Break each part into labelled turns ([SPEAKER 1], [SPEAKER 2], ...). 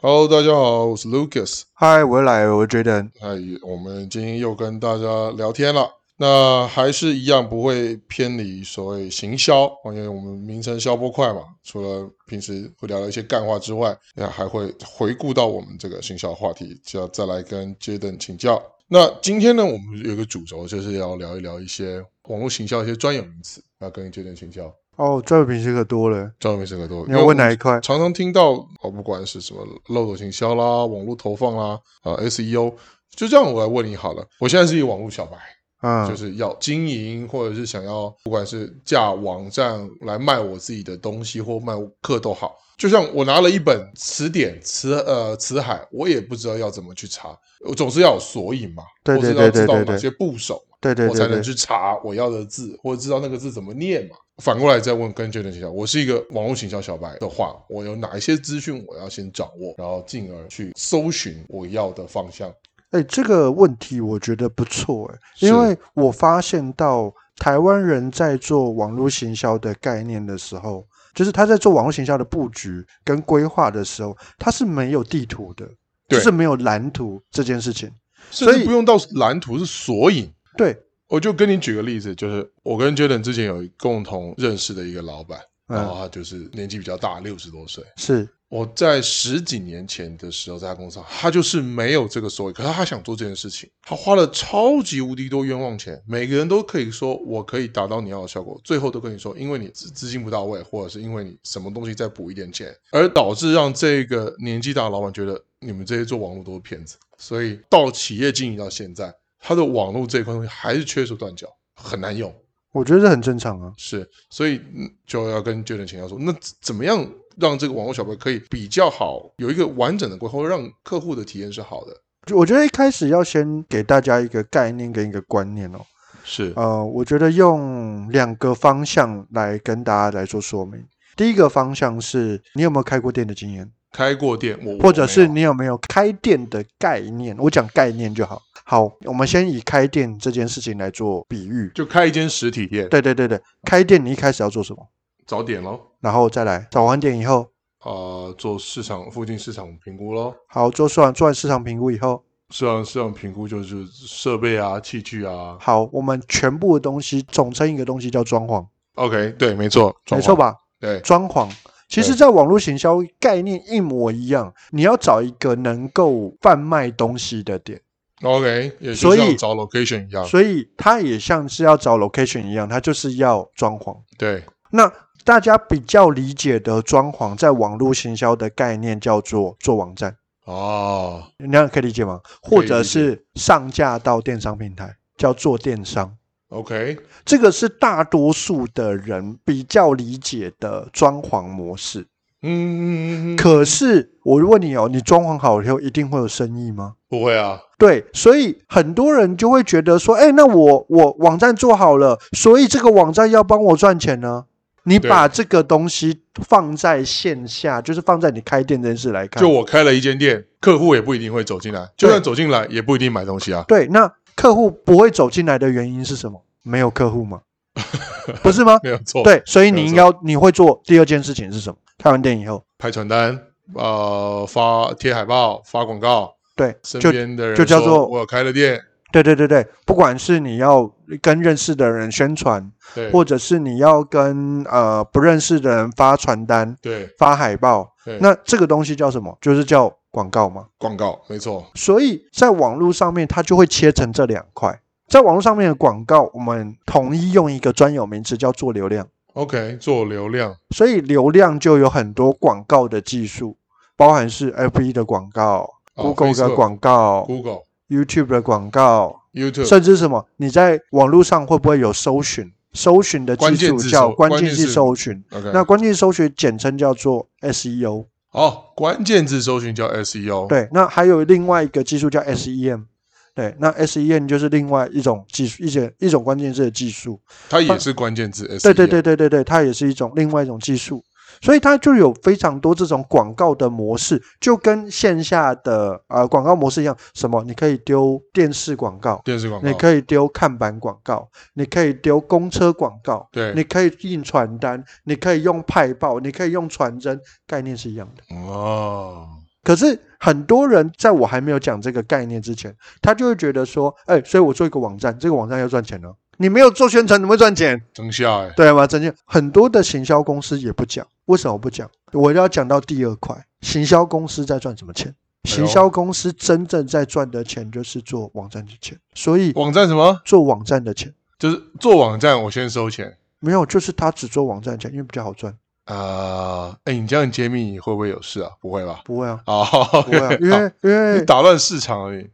[SPEAKER 1] Hello，大家好，我是 Lucas。
[SPEAKER 2] 嗨，我又来了，我是 Jaden。
[SPEAKER 1] 哎，我们今天又跟大家聊天了。那还是一样不会偏离所谓行销，因为我们名称“消波快”嘛。除了平时会聊一些干话之外，那还会回顾到我们这个行销话题，就要再来跟 Jaden 请教。那今天呢，我们有一个主轴，就是要聊一聊一些网络行销一些专有名词，要跟 Jaden 请教。
[SPEAKER 2] 哦，专有名词可多了，
[SPEAKER 1] 专有名词可多，
[SPEAKER 2] 你要问哪一块？
[SPEAKER 1] 常常听到哦，不管是什么漏斗行销啦、网络投放啦、啊、SEO，就这样我来问你好了。我现在是一个网络小白，
[SPEAKER 2] 嗯，
[SPEAKER 1] 就是要经营或者是想要，不管是架网站来卖我自己的东西或卖课都好。就像我拿了一本词典、词呃词海，我也不知道要怎么去查，我总是要有索引嘛，
[SPEAKER 2] 对对对
[SPEAKER 1] 我知道
[SPEAKER 2] 对
[SPEAKER 1] 知
[SPEAKER 2] 对
[SPEAKER 1] 道
[SPEAKER 2] 对
[SPEAKER 1] 哪些部首嘛，
[SPEAKER 2] 对对
[SPEAKER 1] 我才
[SPEAKER 2] 对
[SPEAKER 1] 能
[SPEAKER 2] 对，
[SPEAKER 1] 去查我要的字，或者知道那个字怎么念嘛。反过来再问跟 Jaden 请教，我是一个网络行销小白的话，我有哪一些资讯我要先掌握，然后进而去搜寻我要的方向？
[SPEAKER 2] 哎，这个问题我觉得不错，哎，
[SPEAKER 1] 是
[SPEAKER 2] 因为我发现到台湾人在做网络行销的概念的时候，就是他在做网络行销的布局跟规划的时候，他是没有地图的，
[SPEAKER 1] 对
[SPEAKER 2] 就是没有蓝图这件事情。
[SPEAKER 1] 甚
[SPEAKER 2] 所
[SPEAKER 1] 至
[SPEAKER 2] 以
[SPEAKER 1] 不用到蓝图是索引，
[SPEAKER 2] 对，
[SPEAKER 1] 我就跟你举个例子，就是我跟 Jaden 之前有共同认识的一个老板，然后
[SPEAKER 2] 嗯，
[SPEAKER 1] 他就是年纪比较大，六十多岁。
[SPEAKER 2] 是，
[SPEAKER 1] 我在十几年前的时候，在他公司上，他就是没有这个收益，可是他想做这件事情，他花了超级无敌多冤枉钱，每个人都可以说我可以达到你要的效果，最后都跟你说，因为你资资金不到位，或者是因为你什么东西再补一点钱，而导致让这个年纪大的老板觉得你们这些做网络都是骗子，所以到企业经营到现在，他的网络这一块东西还是缺手断脚，很难用。
[SPEAKER 2] 我觉得这很正常啊。
[SPEAKER 1] 是，所以嗯就要跟 Jaden 请教说，那怎怎么样让这个网络小白可以比较好，有一个完整的规划，让客户的体验是好的？
[SPEAKER 2] 就我觉得一开始要先给大家一个概念跟一个观念哦，
[SPEAKER 1] 是，
[SPEAKER 2] 呃，我觉得用两个方向来跟大家来做说明。第一个方向是你有没有开过店的经验，
[SPEAKER 1] 开过店，我
[SPEAKER 2] 或者是
[SPEAKER 1] 我没
[SPEAKER 2] 你有没有开店的概念？我讲概念就好。好，我们先以开店这件事情来做比喻
[SPEAKER 1] 有。就开一间实体店，
[SPEAKER 2] 对对对对，开店你一开始要做什么？
[SPEAKER 1] 早点喽，
[SPEAKER 2] 然后再来找完点以后，
[SPEAKER 1] 啊，做市场附近市场评估喽，
[SPEAKER 2] 好做市场做完市场评估以后，
[SPEAKER 1] 市场市场评估就是设备啊、器具啊。
[SPEAKER 2] 好，我们全部的东西总称一个东西叫装潢，
[SPEAKER 1] OK，对，没错，
[SPEAKER 2] 没错
[SPEAKER 1] 吧？
[SPEAKER 2] 吧？
[SPEAKER 1] 对，
[SPEAKER 2] 装潢。其实，
[SPEAKER 1] 对
[SPEAKER 2] 在网络行销概念一模一样，你要找一个能够贩卖东西的点，
[SPEAKER 1] ，OK，也就
[SPEAKER 2] 所以
[SPEAKER 1] 像找 location 一样，
[SPEAKER 2] 所以它也像是要找 location 一样，它就是要装潢。
[SPEAKER 1] 对，
[SPEAKER 2] 那大家比较理解的装潢，在网络行销的概念叫做做网站，
[SPEAKER 1] 哦，
[SPEAKER 2] 你那样可以理解吗？
[SPEAKER 1] 可以
[SPEAKER 2] 或者
[SPEAKER 1] 理解
[SPEAKER 2] 是上架到电商平台，叫做电商。
[SPEAKER 1] OK，
[SPEAKER 2] 这个是大多数的人比较理解的装潢模式。
[SPEAKER 1] 嗯嗯嗯嗯，
[SPEAKER 2] 可是我问你哦，你装潢好以后一定会有生意吗？
[SPEAKER 1] 不会啊，
[SPEAKER 2] 对，所以很多人就会觉得说，哎，那我我网站做好了，所以这个网站要帮我赚钱呢。你
[SPEAKER 1] 对
[SPEAKER 2] 把这个东西放在线下，就是放在你开店这件事来看，
[SPEAKER 1] 就我开了一间店，客户也不一定会走进来，就算走进来也不一定买东西啊。
[SPEAKER 2] 对。那客户不会走进来的原因是什么？没有客 户吗？不是吗？
[SPEAKER 1] 没有错，，
[SPEAKER 2] 对，所以
[SPEAKER 1] 没
[SPEAKER 2] 你
[SPEAKER 1] 有
[SPEAKER 2] 应该你会做第二件事情是什么？开完店以后，
[SPEAKER 1] 拍传单，呃，发贴海报，发广告，
[SPEAKER 2] 对，
[SPEAKER 1] 身
[SPEAKER 2] 就
[SPEAKER 1] 边的人
[SPEAKER 2] 就叫
[SPEAKER 1] 说
[SPEAKER 2] 做
[SPEAKER 1] 我有开了店，
[SPEAKER 2] 对对对对，不管是你要跟认识的人宣传，
[SPEAKER 1] 对，
[SPEAKER 2] 或者是你要跟呃不认识的人发传单、
[SPEAKER 1] 对
[SPEAKER 2] 发海报
[SPEAKER 1] 对，
[SPEAKER 2] 那这个东西叫什么？就是叫广告嘛。
[SPEAKER 1] 广告，没错，
[SPEAKER 2] 所以在网络上面，它就会切成这两块。在网络上面的广告，我们统一用一个专有名词叫做流量。
[SPEAKER 1] OK，做流量，
[SPEAKER 2] 所以流量就有很多广告的技术，包含是 FB 的广告、
[SPEAKER 1] 哦
[SPEAKER 2] Google 的
[SPEAKER 1] Facebook
[SPEAKER 2] 广告、
[SPEAKER 1] Google、
[SPEAKER 2] YouTube 的广告，
[SPEAKER 1] YouTube
[SPEAKER 2] 甚至什么，你在网络上会不会有搜寻？搜寻的技
[SPEAKER 1] 关键
[SPEAKER 2] 术
[SPEAKER 1] 字
[SPEAKER 2] 叫
[SPEAKER 1] 搜
[SPEAKER 2] 关
[SPEAKER 1] 关
[SPEAKER 2] 键
[SPEAKER 1] 键
[SPEAKER 2] 字
[SPEAKER 1] 字
[SPEAKER 2] 搜寻，
[SPEAKER 1] OK，
[SPEAKER 2] 那关键字搜寻简称叫做 SEO。
[SPEAKER 1] 哦，关键字搜寻叫 E SEO，，
[SPEAKER 2] 对，那还有另外一个技术叫 SEM。对，那 SEM 就是另外一种技术，一些一种关键字的技术。
[SPEAKER 1] 它也是关键字 E SEO，
[SPEAKER 2] 对对对对对对，它也是一种另外一种技术。所以它就有非常多这种广告的模式，就跟线下的呃广告模式一样，什么你可以丢电视广告，
[SPEAKER 1] 电视广告，
[SPEAKER 2] 你可以丢看板广告，你可以丢公车广告，
[SPEAKER 1] 对，
[SPEAKER 2] 你可以印传单，你可以用派报，你可以用传真，概念是一样的。
[SPEAKER 1] 哦，
[SPEAKER 2] 可是很多人在我还没有讲这个概念之前，他就会觉得说，哎、所以我做一个网站，这个网站要赚钱了。你没有做宣传，怎么会赚钱？
[SPEAKER 1] 真下哎，
[SPEAKER 2] 对吗？真的，很多的行销公司也不讲，为什么不讲？我要讲到第二块，行销公司在赚什么钱？
[SPEAKER 1] 哎
[SPEAKER 2] 行销公司真正在赚的钱就是做网站的钱，所以
[SPEAKER 1] 网站什么？
[SPEAKER 2] 做网站的钱
[SPEAKER 1] 就是做网站，我先收钱
[SPEAKER 2] 没有，就是他只做网站的钱，因为比较好赚。
[SPEAKER 1] 啊。哎、你这样揭秘，你会不会有事啊？不会吧？
[SPEAKER 2] 不 会啊，
[SPEAKER 1] 啊，
[SPEAKER 2] 不会啊，因为因
[SPEAKER 1] 你
[SPEAKER 2] 为，
[SPEAKER 1] 打乱市场而已。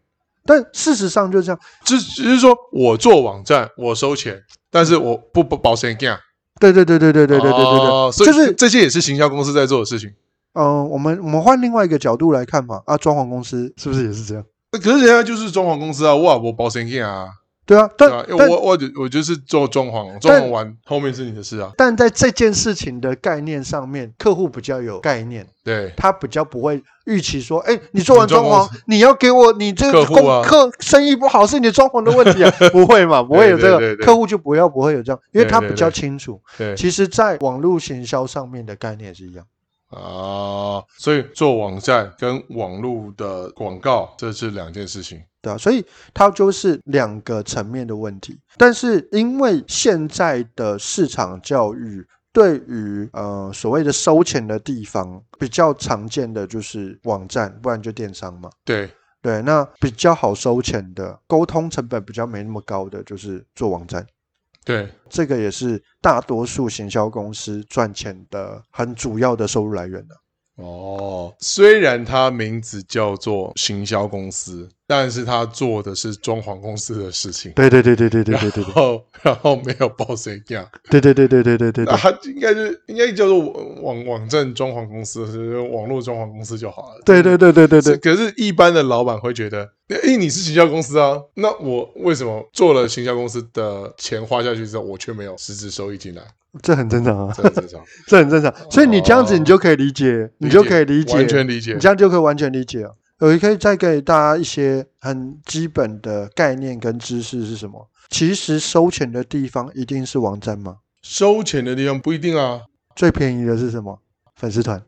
[SPEAKER 2] 但事实上就是这样。
[SPEAKER 1] 只只是说我做网站，我收钱，但是我不不保险干。
[SPEAKER 2] 对对对对对对对对
[SPEAKER 1] 哦
[SPEAKER 2] 对
[SPEAKER 1] 所
[SPEAKER 2] 对，
[SPEAKER 1] 以
[SPEAKER 2] 就是
[SPEAKER 1] 这些也是行销公司在做的事情。
[SPEAKER 2] 嗯、呃我们我们换另外一个角度来看嘛，啊，装潢公司是不是也是这样？
[SPEAKER 1] 那可是人家就是装潢公司啊，哇，我保险干啊，
[SPEAKER 2] 对啊，但
[SPEAKER 1] 对啊，因为
[SPEAKER 2] 但
[SPEAKER 1] 我我就我就是做装潢，装潢完后面是你的事啊，
[SPEAKER 2] 但在这件事情的概念上面，客户比较有概念，
[SPEAKER 1] 对，
[SPEAKER 2] 他比较不会预期说，哎，你做完
[SPEAKER 1] 你装
[SPEAKER 2] 装潢，你要给我你这
[SPEAKER 1] 客
[SPEAKER 2] 个
[SPEAKER 1] 户啊
[SPEAKER 2] 功课生意不好是你装潢的问题 啊，不会嘛，不会有这
[SPEAKER 1] 对对
[SPEAKER 2] 个
[SPEAKER 1] 对
[SPEAKER 2] 客户就不要不会有这样，因为
[SPEAKER 1] 对
[SPEAKER 2] 他
[SPEAKER 1] 对
[SPEAKER 2] 比较
[SPEAKER 1] 对
[SPEAKER 2] 清楚。
[SPEAKER 1] 对
[SPEAKER 2] 其实，在网络行销上面的概念是一样，
[SPEAKER 1] 啊，所以做网站跟网络的广告这是两件事情。
[SPEAKER 2] 对啊，所以它就是两个层面的问题。但是因为现在的市场教育。对于呃所谓的收钱的地方，比较常见的就是网站，不然就电商嘛。
[SPEAKER 1] 对，
[SPEAKER 2] 对，那比较好收钱的，沟通成本比较没那么高的，就是做网站。
[SPEAKER 1] 对，
[SPEAKER 2] 这个也是大多数行销公司赚钱的很主要的收入来源的、
[SPEAKER 1] 哦，虽然它名字叫做行销公司，但是它做的是装潢公司的事情。
[SPEAKER 2] 对对对对对对对对
[SPEAKER 1] 然后，然后没有报谁干，
[SPEAKER 2] 对对对对对对对
[SPEAKER 1] 那
[SPEAKER 2] 对。
[SPEAKER 1] 它应该就是应该叫做网网网站装潢公司，就是网络装潢公司就好了。
[SPEAKER 2] 对对对对对对，
[SPEAKER 1] 可是，一般的老板会觉得，诶，你是行销公司啊，那我为什么做了行销公司的钱花下去之后，我却没有实质收益进来？
[SPEAKER 2] 这很正常啊，
[SPEAKER 1] 这很正常，
[SPEAKER 2] 这很正常。所以你这样子，你就可以理解， 你就可以理解，
[SPEAKER 1] 哦完全理解
[SPEAKER 2] 你。这样就可以完全理解了。我也可以再给大家一些很基本的概念跟知识是什么？其实收钱的地方一定是网站吗？
[SPEAKER 1] 收钱的地方不一定啊，
[SPEAKER 2] 最便宜的是什么？粉丝团。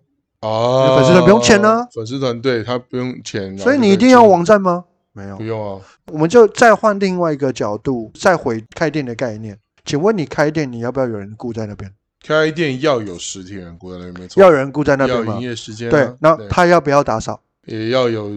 [SPEAKER 1] 啊，
[SPEAKER 2] 粉丝团不用钱啊
[SPEAKER 1] 粉丝团对他不用钱，
[SPEAKER 2] 所
[SPEAKER 1] 然后
[SPEAKER 2] 以
[SPEAKER 1] 就可
[SPEAKER 2] 你一定要
[SPEAKER 1] 进
[SPEAKER 2] 网站吗？没有
[SPEAKER 1] 不，用啊，
[SPEAKER 2] 我们就再换另外一个角度，再回开店的概念。请问你开店，你要不要有人雇在那边？
[SPEAKER 1] 开店要有实体人过来，没错，
[SPEAKER 2] 要有人雇在那边
[SPEAKER 1] 要
[SPEAKER 2] 吗
[SPEAKER 1] 营？业时间啊，
[SPEAKER 2] 对，那他要不要打扫？
[SPEAKER 1] 也要有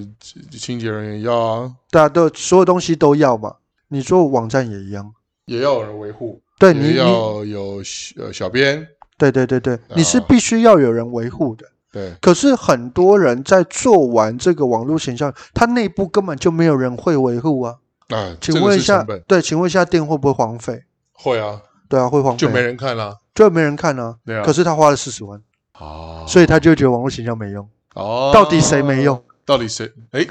[SPEAKER 1] 清洁人员要啊，
[SPEAKER 2] 对啊，都所有东西都要嘛。你做网站也一样，
[SPEAKER 1] 也要有人维护，
[SPEAKER 2] 对你
[SPEAKER 1] 也
[SPEAKER 2] 你
[SPEAKER 1] 要啊有呃小编，
[SPEAKER 2] 对对对对，你是必须要有人维护的。
[SPEAKER 1] 对
[SPEAKER 2] 可是很多人在做完这个网络形象，他内部根本就没有人会维护啊。
[SPEAKER 1] 啊，
[SPEAKER 2] 请
[SPEAKER 1] 这个
[SPEAKER 2] 问一
[SPEAKER 1] 是
[SPEAKER 2] 下
[SPEAKER 1] 成本，
[SPEAKER 2] 对，请问一下店会不会荒废？
[SPEAKER 1] 会啊，
[SPEAKER 2] 对啊，会荒废
[SPEAKER 1] 就
[SPEAKER 2] 啊，
[SPEAKER 1] 没人看啦，
[SPEAKER 2] 就没人看啊。
[SPEAKER 1] 对啊，
[SPEAKER 2] 可是他花了四十万，
[SPEAKER 1] 啊，
[SPEAKER 2] 所以他就觉得网络形象没用。
[SPEAKER 1] 哦，
[SPEAKER 2] 到底谁没用？
[SPEAKER 1] 到底谁？哎，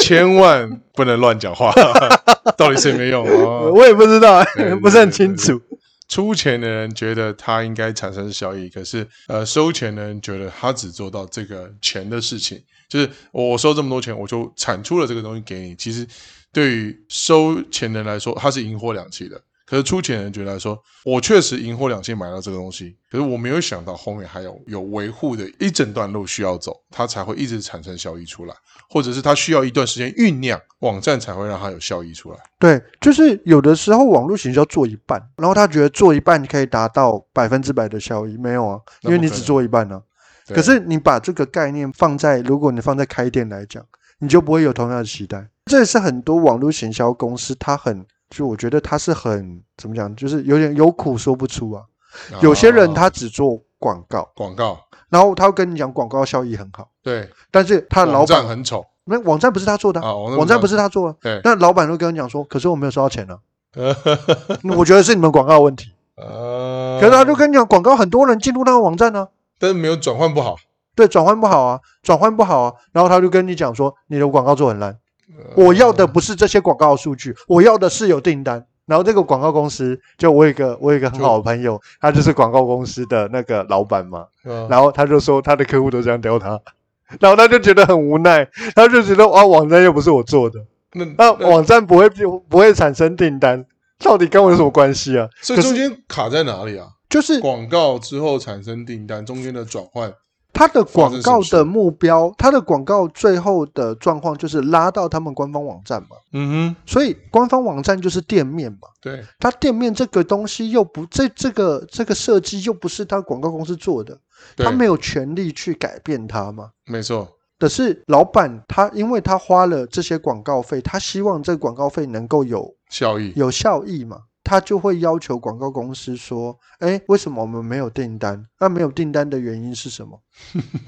[SPEAKER 1] 千万不能乱讲话， 到底谁没用？哦
[SPEAKER 2] 我也不知道
[SPEAKER 1] 对对，对
[SPEAKER 2] 不是很清楚。
[SPEAKER 1] 出钱的人觉得他应该产生效益，可是呃，收钱的人觉得他只做到这个钱的事情，就是我收这么多钱，我就产出了这个东西给你。其实对于收钱的人来说，他是赢货两期的。可是出钱的人觉得来说，我确实赢货两期买到这个东西，可是我没有想到后面还有有维护的一整段路需要走，它才会一直产生效益出来，或者是它需要一段时间酝酿，网站才会让它有效益出来。
[SPEAKER 2] 对，就是有的时候网络行销做一半，然后他觉得做一半可以达到百分之百的效益，没有啊，
[SPEAKER 1] 那不
[SPEAKER 2] 因为你
[SPEAKER 1] 可
[SPEAKER 2] 只
[SPEAKER 1] 能
[SPEAKER 2] 做一半呢、啊。
[SPEAKER 1] 对
[SPEAKER 2] 可是你把这个概念放在，如果你放在开店来讲，你就不会有同样的期待。这也是很多网络行销公司，它很就我觉得它是很怎么讲，就是有点有苦说不出啊。有些人
[SPEAKER 1] 啊
[SPEAKER 2] 他只做广告，
[SPEAKER 1] 广告
[SPEAKER 2] 然后他会跟你讲广告效益很好，
[SPEAKER 1] 对，
[SPEAKER 2] 但是他的老
[SPEAKER 1] 网
[SPEAKER 2] 板
[SPEAKER 1] 站很丑。
[SPEAKER 2] 那网站不是他做的啊、
[SPEAKER 1] 啊网站不是
[SPEAKER 2] 网站
[SPEAKER 1] 他
[SPEAKER 2] 不是他做的、
[SPEAKER 1] 对
[SPEAKER 2] 那老板会跟你讲说，可是我没有收 到钱呢、啊
[SPEAKER 1] 呃，
[SPEAKER 2] 我觉得是你们广告问题。
[SPEAKER 1] 啊
[SPEAKER 2] 可是他就跟你讲，广告很多人进入那个网站呢、啊
[SPEAKER 1] 但是没有转换不好，
[SPEAKER 2] 对，转换不好啊，转换不好啊。然后他就跟你
[SPEAKER 1] 嗯
[SPEAKER 2] 讲说，你的广告做很烂，我要的不是这些广告数据，我要的是有订单。然后这个广告公司，就我有一个我有一个很好的朋友，他就是广告公司的那个老板嘛，
[SPEAKER 1] 嗯
[SPEAKER 2] 然后他就说他的客户都这样刁他， 然后他就觉得很无奈，他就觉得啊网站又不是我做的，
[SPEAKER 1] 那
[SPEAKER 2] 那网站不会不会产生订单，到底跟我有什么关系啊？
[SPEAKER 1] 所以中间卡在哪里啊？
[SPEAKER 2] 就是
[SPEAKER 1] 广告之后产生订单中间的转换，
[SPEAKER 2] 他的广
[SPEAKER 1] 发生
[SPEAKER 2] 告
[SPEAKER 1] 什么事
[SPEAKER 2] 的目标，他的广告最后的状况就是拉到他们官方网站嘛，
[SPEAKER 1] 嗯哼，
[SPEAKER 2] 所以官方网站就是店面嘛。
[SPEAKER 1] 对，
[SPEAKER 2] 它店面这个东西又不这这个这个设计又不是他广告公司做的，
[SPEAKER 1] 对
[SPEAKER 2] 他没有权利去改变它嘛。
[SPEAKER 1] 没错，
[SPEAKER 2] 可是老板他因为他花了这些广告费，他希望这个广告费能够有
[SPEAKER 1] 效益，
[SPEAKER 2] 有效益嘛，他就会要求广告公司说：“哎，为什么我们没有订单？那没有订单的原因是什么？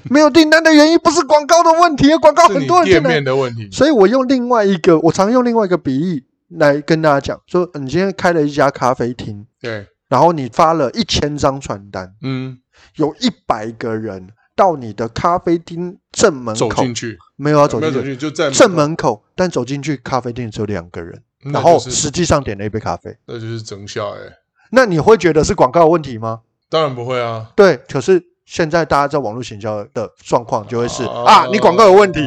[SPEAKER 2] 没有订单的原因不是广告的问题，广告
[SPEAKER 1] 是
[SPEAKER 2] 很
[SPEAKER 1] 你
[SPEAKER 2] 多人进
[SPEAKER 1] 店
[SPEAKER 2] 来
[SPEAKER 1] 面的问题，
[SPEAKER 2] 所以我用另外一个，我常用另外一个比喻来跟大家讲，说你今天开了一家咖啡厅，
[SPEAKER 1] 对，
[SPEAKER 2] 然后你发了一千张传单，
[SPEAKER 1] 嗯，
[SPEAKER 2] 有一百个人到你的咖啡厅正门
[SPEAKER 1] 走
[SPEAKER 2] 口，
[SPEAKER 1] 进去，
[SPEAKER 2] 没有要啊走
[SPEAKER 1] 没有
[SPEAKER 2] 进
[SPEAKER 1] 走进
[SPEAKER 2] 去，
[SPEAKER 1] 去就在
[SPEAKER 2] 正，门口，但走进去咖啡店只有两个人，
[SPEAKER 1] 嗯那
[SPEAKER 2] 然后
[SPEAKER 1] 就是
[SPEAKER 2] 实际上点了一杯咖啡。
[SPEAKER 1] 那就是增效哎、
[SPEAKER 2] 那你会觉得是广告的问题吗？
[SPEAKER 1] 当然不会啊，
[SPEAKER 2] 对，可是现在大家在网络行销的状况就会是
[SPEAKER 1] 哦
[SPEAKER 2] 啊，你广告有问题，，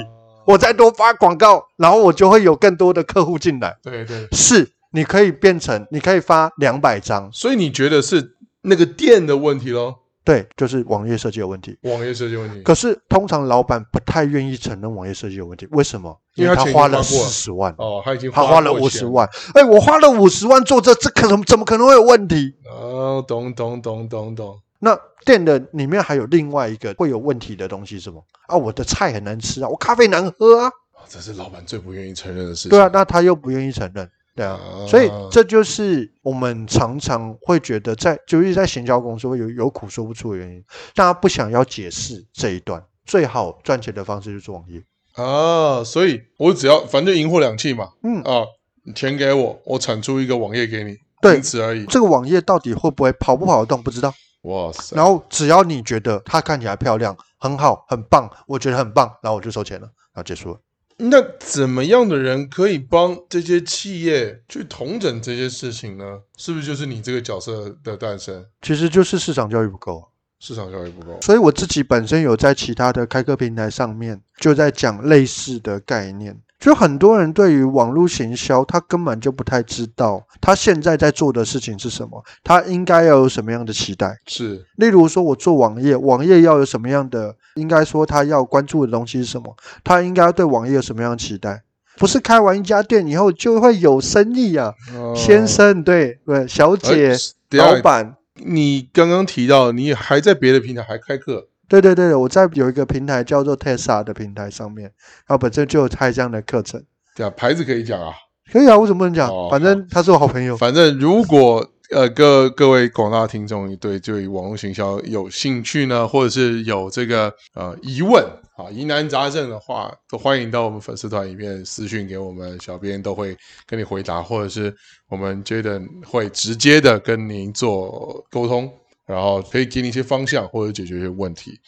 [SPEAKER 2] 我再多发广告，然后我就会有更多的客户进来。
[SPEAKER 1] 对对，
[SPEAKER 2] 是，你可以变成，你可以发两百张，
[SPEAKER 1] 所以你觉得是那个店的问题咯？
[SPEAKER 2] 对，就是网页设计有问题。
[SPEAKER 1] 网页设计问题，
[SPEAKER 2] 可是通常老板不太愿意承认网页设计有问题，为什么？
[SPEAKER 1] 因
[SPEAKER 2] 因
[SPEAKER 1] 为
[SPEAKER 2] 为
[SPEAKER 1] 他
[SPEAKER 2] 他
[SPEAKER 1] 钱已经
[SPEAKER 2] 花了
[SPEAKER 1] 花过
[SPEAKER 2] 四
[SPEAKER 1] 了
[SPEAKER 2] 十万，
[SPEAKER 1] 哦，他已经
[SPEAKER 2] 他花
[SPEAKER 1] 花
[SPEAKER 2] 了
[SPEAKER 1] 过
[SPEAKER 2] 五
[SPEAKER 1] 钱
[SPEAKER 2] 十，万，哎，我花了五十万做这，这可能怎么可能会有问题？
[SPEAKER 1] 哦，懂懂懂懂懂，
[SPEAKER 2] 那店的里面还有另外一个会有问题的东西是什么啊？我的菜很难吃啊，我咖啡难喝啊，
[SPEAKER 1] 哦这是老板最不愿意承认的事情，
[SPEAKER 2] 对啊，，那他又不愿意承认，对啊，
[SPEAKER 1] 啊
[SPEAKER 2] 所以这就是我们常常会觉得在，就是在行销公司会有有苦说不出的原因，大家不想要解释这一段。最好赚钱的方式就是网页，
[SPEAKER 1] 啊，所以我只要反正赢货两气嘛，
[SPEAKER 2] 嗯
[SPEAKER 1] 啊，你钱给我，我产出一个网页给你，
[SPEAKER 2] 对
[SPEAKER 1] 仅此而已。
[SPEAKER 2] 这个网页到底会不会跑不跑得动不知道。
[SPEAKER 1] 哇塞，
[SPEAKER 2] 然后只要你觉得它看起来漂亮、很好、很棒，我觉得很棒，然后我就收钱了，然后结束了。
[SPEAKER 1] 那怎么样的人可以帮这些企业去统整这些事情呢？是不是就是你这个角色的诞生？
[SPEAKER 2] 其实就是市场教育不够。啊
[SPEAKER 1] 市场效益不够，
[SPEAKER 2] 所以我自己本身有在其他的开课平台上面就在讲类似的概念，就很多人对于网络行销，他根本就不太知道他现在在做的事情是什么，他应该要有什么样的期待。
[SPEAKER 1] 是
[SPEAKER 2] 例如说，我做网页，网页要有什么样的，应该说他要关注的东西是什么，他应该对网页有什么样的期待。不是开完一家店以后就会有生意啊，先生，对对，小
[SPEAKER 1] 哦
[SPEAKER 2] 姐
[SPEAKER 1] 哎，
[SPEAKER 2] 老。板，
[SPEAKER 1] 等一下你刚刚提到你还在别的平台还开课，
[SPEAKER 2] 对对对，对我在有一个平台叫做 Tesla 的平台上面，它本身就有开这样的课程。
[SPEAKER 1] 对啊，牌子可以讲啊。
[SPEAKER 2] 可以啊，为什么不能讲？
[SPEAKER 1] 哦
[SPEAKER 2] 反正他是我好朋友。
[SPEAKER 1] 反正如果呃各各位广大听众对对网络行销有兴趣呢，或者是有这个呃疑问啊疑难杂症的话，都欢迎到我们粉丝团里面私讯给我们，小编都会跟你回答，或者是我们 Jaden 会直接的跟您做沟通。然后可以给你一些方向或者解决一些问题，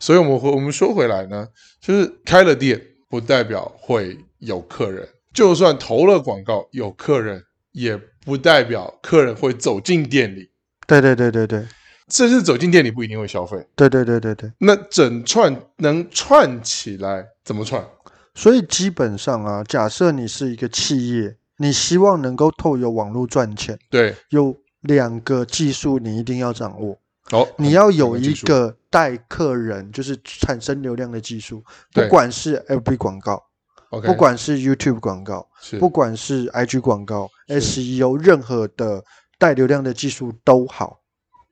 [SPEAKER 1] 所以我们回我们说回来呢，就是开了店不代表会有客人，就算投了广告有客人，也不代表客人会走进店里，
[SPEAKER 2] 对对对对对
[SPEAKER 1] 甚至走进店里不一定会消费。
[SPEAKER 2] 对对对对对。
[SPEAKER 1] 那整串能串起来怎么串？
[SPEAKER 2] 所以基本上啊，假设你是一个企业，你希望能够透过网络赚钱，
[SPEAKER 1] 对，
[SPEAKER 2] 有两个技术你一定要掌握。
[SPEAKER 1] 好，
[SPEAKER 2] 你要有
[SPEAKER 1] 哦技
[SPEAKER 2] 一
[SPEAKER 1] 术
[SPEAKER 2] 个带客人，就是产生流量的技术，
[SPEAKER 1] 对
[SPEAKER 2] 不管是 FB 广告，
[SPEAKER 1] OK，
[SPEAKER 2] 不管是 YouTube 广告，
[SPEAKER 1] 是
[SPEAKER 2] 不管是 IG 广告、
[SPEAKER 1] 是
[SPEAKER 2] SEO 任何的带流量的技术都好，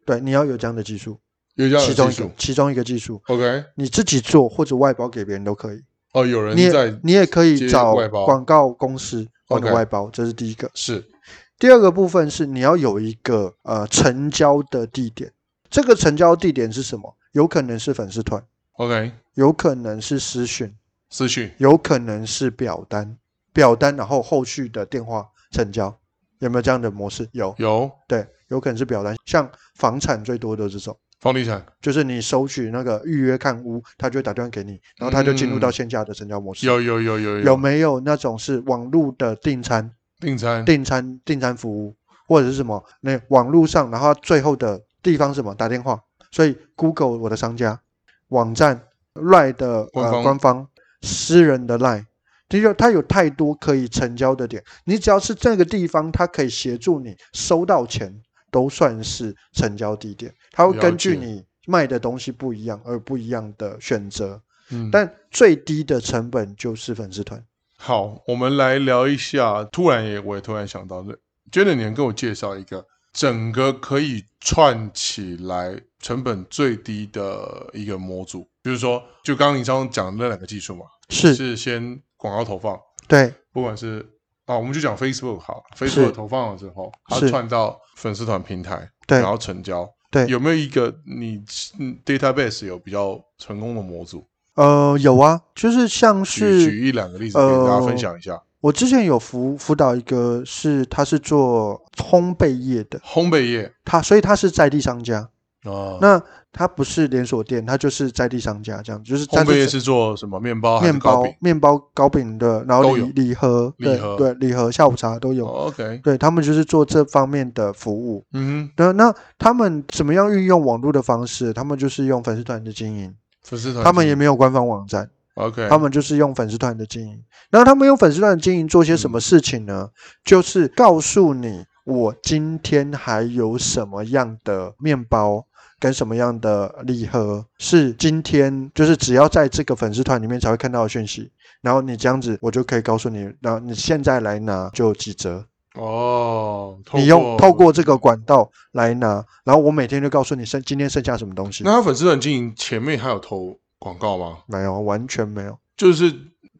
[SPEAKER 2] 对，你要有这样的技术，
[SPEAKER 1] 有这样
[SPEAKER 2] 其中
[SPEAKER 1] 的
[SPEAKER 2] 一
[SPEAKER 1] 技
[SPEAKER 2] 个
[SPEAKER 1] 术
[SPEAKER 2] 其中一个技术，
[SPEAKER 1] OK，
[SPEAKER 2] 你自己做或者外包给别人都可以，
[SPEAKER 1] 哦，有人
[SPEAKER 2] 你
[SPEAKER 1] 在
[SPEAKER 2] 也你也可以
[SPEAKER 1] 接
[SPEAKER 2] 找
[SPEAKER 1] 外包
[SPEAKER 2] 广告公司帮你
[SPEAKER 1] OK
[SPEAKER 2] 外包，这是第一个。
[SPEAKER 1] 是
[SPEAKER 2] 第二个部分是你要有一个呃成交的地点，这个成交地点是什么？有可能是粉丝团，
[SPEAKER 1] OK
[SPEAKER 2] 有可能是私讯，
[SPEAKER 1] 私讯
[SPEAKER 2] 有可能是表单，表单然后后续的电话成交，有没有这样的模式？有，
[SPEAKER 1] 有
[SPEAKER 2] 对，有可能是表单，像房产最多的这种，
[SPEAKER 1] 房地产
[SPEAKER 2] 就是你收取那个预约看屋，他就会打电话给你，然后他就进入到
[SPEAKER 1] 嗯
[SPEAKER 2] 线下的成交模式。
[SPEAKER 1] 有有有有
[SPEAKER 2] 有没有那种是网络的订餐？
[SPEAKER 1] 订餐，
[SPEAKER 2] 订餐订餐服务或者是什么那网络上，然后最后的地方是什么打电话，所以 Google 我的商家网站 Line 的呃
[SPEAKER 1] 官方
[SPEAKER 2] 官方私人的 Line。的确，它有太多可以成交的点，你只要是这个地方，它可以协助你收到钱，都算是成交地点。它会
[SPEAKER 1] 了
[SPEAKER 2] 根据
[SPEAKER 1] 解
[SPEAKER 2] 你卖的东西不一样而不一样的选择，
[SPEAKER 1] 嗯，
[SPEAKER 2] 但最低的成本就是粉丝团。
[SPEAKER 1] 好，我们来聊一下。突然也，我也突然想到的 j e n n 你能给我介绍一个整个可以串起来成本最低的一个模组，比如说，就刚刚你刚刚讲的那两个技术嘛，
[SPEAKER 2] 是
[SPEAKER 1] 是先广告投放，
[SPEAKER 2] 对，
[SPEAKER 1] 不管是啊，我们就讲 Facebook 好了，Facebook 投放的时候，它
[SPEAKER 2] 是
[SPEAKER 1] 串到粉丝团平台，
[SPEAKER 2] 对
[SPEAKER 1] 然后成交。
[SPEAKER 2] 对
[SPEAKER 1] 有没有一个你嗯 database 有比较成功的模组？
[SPEAKER 2] 呃，有啊，就是像
[SPEAKER 1] 举
[SPEAKER 2] 是呃
[SPEAKER 1] 举一两个例子给大家分享一下。
[SPEAKER 2] 我之前有辅辅导一个是他是做烘焙业的，
[SPEAKER 1] 烘焙业
[SPEAKER 2] 他所以他是在地商家，
[SPEAKER 1] 啊，
[SPEAKER 2] 那他不是连锁店，他就是在地商家这样，就是他
[SPEAKER 1] 烘焙业
[SPEAKER 2] 是
[SPEAKER 1] 是做什么？面包还是
[SPEAKER 2] 面
[SPEAKER 1] 糕
[SPEAKER 2] 包
[SPEAKER 1] 饼、
[SPEAKER 2] 面包糕饼的，然
[SPEAKER 1] 都
[SPEAKER 2] 后
[SPEAKER 1] 有
[SPEAKER 2] 礼礼盒，
[SPEAKER 1] 礼
[SPEAKER 2] 对
[SPEAKER 1] 盒
[SPEAKER 2] 对礼盒下午茶都有，
[SPEAKER 1] 哦、？OK，
[SPEAKER 2] 对他们就是做这方面的服务。
[SPEAKER 1] 嗯哼，
[SPEAKER 2] 那那他们怎么样运用网络的方式？他们就是用粉丝团的经营，
[SPEAKER 1] 粉丝团
[SPEAKER 2] 他们也
[SPEAKER 1] 经营
[SPEAKER 2] 没有官方网站，
[SPEAKER 1] OK，
[SPEAKER 2] 他们就是用粉丝团的经营。然后他们用粉丝团的经营做些什么事情
[SPEAKER 1] 嗯
[SPEAKER 2] 呢？就是告诉你我今天还有什么样的面包。跟什么样的礼盒是今天就是只要在这个粉丝团里面才会看到的讯息，然后你这样子我就可以告诉你，然后你现在来拿就有几折，
[SPEAKER 1] 哦，透
[SPEAKER 2] 你用透过这个管道来拿，然后我每天就告诉你剩今天剩下什么东西
[SPEAKER 1] 那，他粉丝团经营前面还有投广告吗？
[SPEAKER 2] 没有，完全没有。
[SPEAKER 1] 就是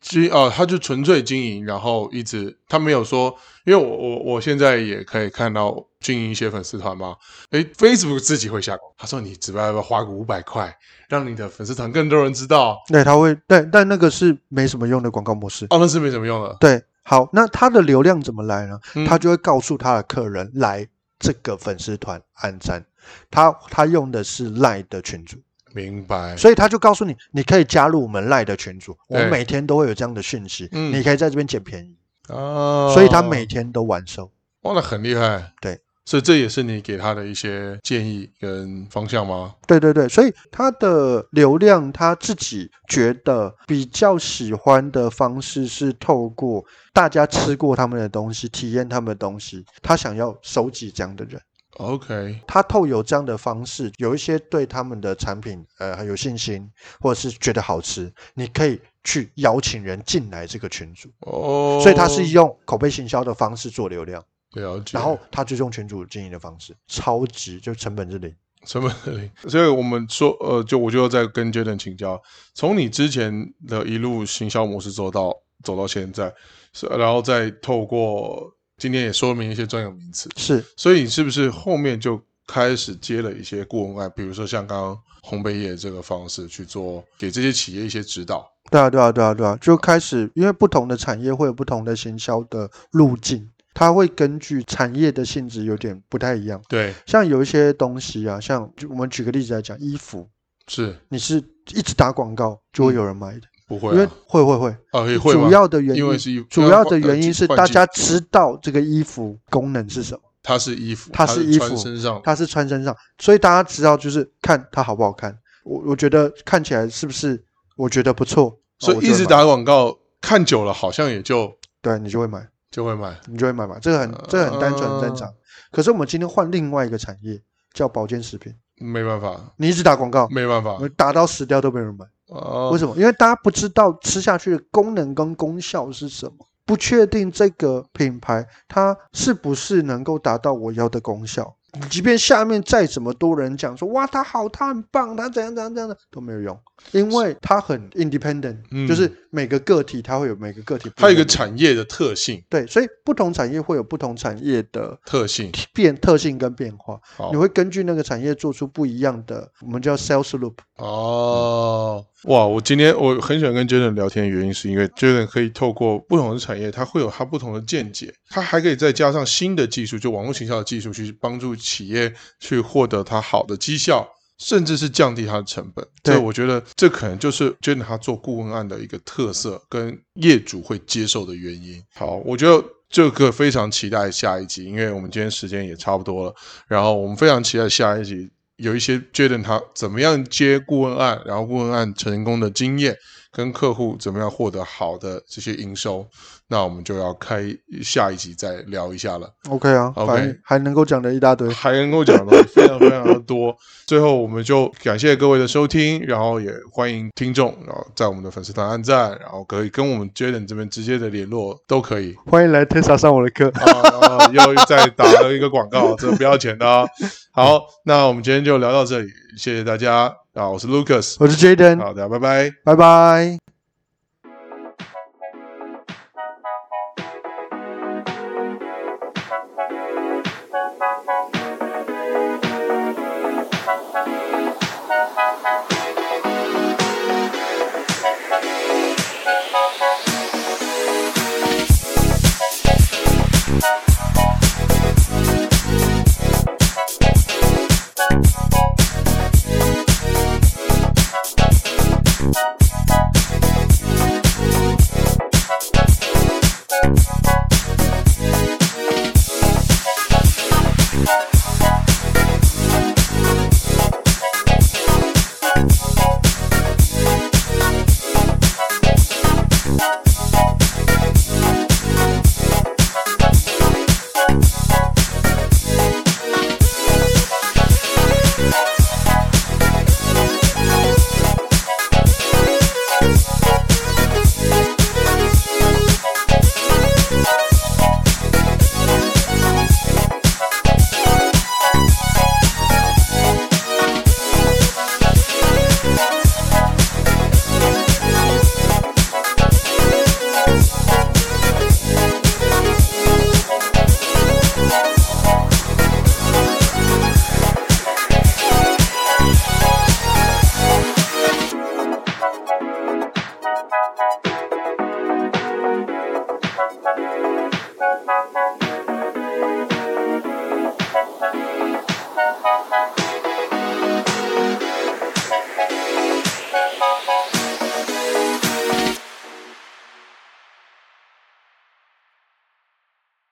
[SPEAKER 1] 经啊，他就纯粹经营，然后一直他没有说，因为我我我现在也可以看到经营一些粉丝团嘛，诶 f a c e b o o k 自己会下广告，他说你只不过要不要花个五百块，让你的粉丝团更多人知道，
[SPEAKER 2] 对，他会，对，但那个是没什么用的广告模式。
[SPEAKER 1] 哦，那是没什么用的，
[SPEAKER 2] 对，好，那他的流量怎么来呢？
[SPEAKER 1] 嗯
[SPEAKER 2] 他就会告诉他的客人来这个粉丝团按赞，他他用的是赖的群组，
[SPEAKER 1] 明白，
[SPEAKER 2] 所以他就告诉你，你可以加入我们赖的群组，我
[SPEAKER 1] 对
[SPEAKER 2] 每天都会有这样的讯息，
[SPEAKER 1] 嗯
[SPEAKER 2] 你可以在这边捡便宜，
[SPEAKER 1] 哦，
[SPEAKER 2] 所以他每天都完售。
[SPEAKER 1] 哇，那很厉害，
[SPEAKER 2] 对，
[SPEAKER 1] 所以这也是你给他的一些建议跟方向吗？
[SPEAKER 2] 对对对，所以他的流量他自己觉得比较喜欢的方式是透过大家吃过他们的东西，体验他们的东西，他想要收集这样的人。
[SPEAKER 1] OK，
[SPEAKER 2] 他透有这样的方式，有一些对他们的产品呃很有信心，或者是觉得好吃，你可以去邀请人进来这个群组，
[SPEAKER 1] 哦，
[SPEAKER 2] 所以他是用口碑行销的方式做流量，
[SPEAKER 1] 了解，
[SPEAKER 2] 然后他就用群组经营的方式，超值就成本是零。
[SPEAKER 1] 成本零，所以我们说，呃，就我就要再跟 Jaden 请教，从你之前的一路行销模式走到走到现在，是然后再透过今天也说明一些专有名词，
[SPEAKER 2] 是
[SPEAKER 1] 所以你是不是后面就开始接了一些顾问案，比如说像刚刚烘焙业这个方式去做，给这些企业一些指导？
[SPEAKER 2] 对啊，对啊，对啊，对啊，就开始，因为不同的产业会有不同的行销的路径，它会根据产业的性质有点不太一样。
[SPEAKER 1] 对，
[SPEAKER 2] 像有一些东西啊，像就我们举个例子来讲，衣服，
[SPEAKER 1] 是
[SPEAKER 2] 你是一直打广告就会有人买的，
[SPEAKER 1] 不会、
[SPEAKER 2] 因为
[SPEAKER 1] 啊，
[SPEAKER 2] 会会会，
[SPEAKER 1] 啊，也会吗
[SPEAKER 2] 主要的原因
[SPEAKER 1] 因为是衣服
[SPEAKER 2] 主要的原因是
[SPEAKER 1] 换季
[SPEAKER 2] 大家知道这个衣服功能是什么，
[SPEAKER 1] 它是衣服，
[SPEAKER 2] 它
[SPEAKER 1] 是
[SPEAKER 2] 是衣服
[SPEAKER 1] 穿身上，
[SPEAKER 2] 它是穿身上，所以大家知道就是看它好不好看。我我觉得看起来是不是我觉得不错，
[SPEAKER 1] 所
[SPEAKER 2] 哦
[SPEAKER 1] 以
[SPEAKER 2] 我就
[SPEAKER 1] 一
[SPEAKER 2] 会
[SPEAKER 1] 直
[SPEAKER 2] 买
[SPEAKER 1] 打广告，看久了好像也就
[SPEAKER 2] 对你就会买。
[SPEAKER 1] 就会买。
[SPEAKER 2] 你就会买嘛，这个很
[SPEAKER 1] 啊
[SPEAKER 2] 这个很单纯很正常。可是我们今天换另外一个产业叫保健食品，
[SPEAKER 1] 没办法，
[SPEAKER 2] 你一直打广告，
[SPEAKER 1] 没办法。
[SPEAKER 2] 打到死掉都没有人买，
[SPEAKER 1] 哦，
[SPEAKER 2] 为什么？因为大家不知道吃下去的功能跟功效是什么，不确定这个品牌它是不是能够达到我要的功效。即便下面再怎么多人讲说哇，它好，它很棒，它怎样怎样怎样的都没有用，因为它很 independent，、
[SPEAKER 1] 嗯
[SPEAKER 2] 就是每个个体它会有每个个体不
[SPEAKER 1] 它有一
[SPEAKER 2] 样
[SPEAKER 1] 个
[SPEAKER 2] 的
[SPEAKER 1] 产业的特性，
[SPEAKER 2] 对，所以不同产业会有不同产业的
[SPEAKER 1] 特性。
[SPEAKER 2] 变特性跟变化，
[SPEAKER 1] 好
[SPEAKER 2] 你，会根据那个产业做出不一样的，我们叫 sales loop。
[SPEAKER 1] 哦，哇！我今天我很喜欢跟 Jaden 聊天的原因，是因为 Jaden 可以透过不同的产业，他会有他不同的见解，他还可以再加上新的技术，就网络行销的技术，去帮助企业去获得它好的绩效，甚至是降低它的成本。
[SPEAKER 2] 对
[SPEAKER 1] 这我觉得这可能就是 Jaden 他做顾问案的一个特色，跟业主会接受的原因。好，我觉得这个非常期待下一集，因为我们今天时间也差不多了，然后我们非常期待下一集有一些 Jaden 他怎么样接顾问案，然后顾问案成功的经验，跟客户怎么样获得好的这些营收，那我们就要开下一集再聊一 下了。
[SPEAKER 2] OK 啊
[SPEAKER 1] OK
[SPEAKER 2] 反正还能够讲的一大堆。
[SPEAKER 1] 还能够讲的东西非常非常的多。最后，我们就感谢各位的收听，然后也欢迎听众，然后在我们的粉丝团按赞，然后可以跟我们 Jaden 这边直接的联络都可 以。
[SPEAKER 2] 欢迎来 Tesla 上我的课，
[SPEAKER 1] 啊、啊又再打了一个广告，这不要钱的、啊。好，那我们今天就聊到这里，谢谢大家啊！我是 Lucas，
[SPEAKER 2] 我是 Jaden，
[SPEAKER 1] 好的，拜拜。
[SPEAKER 2] 拜拜。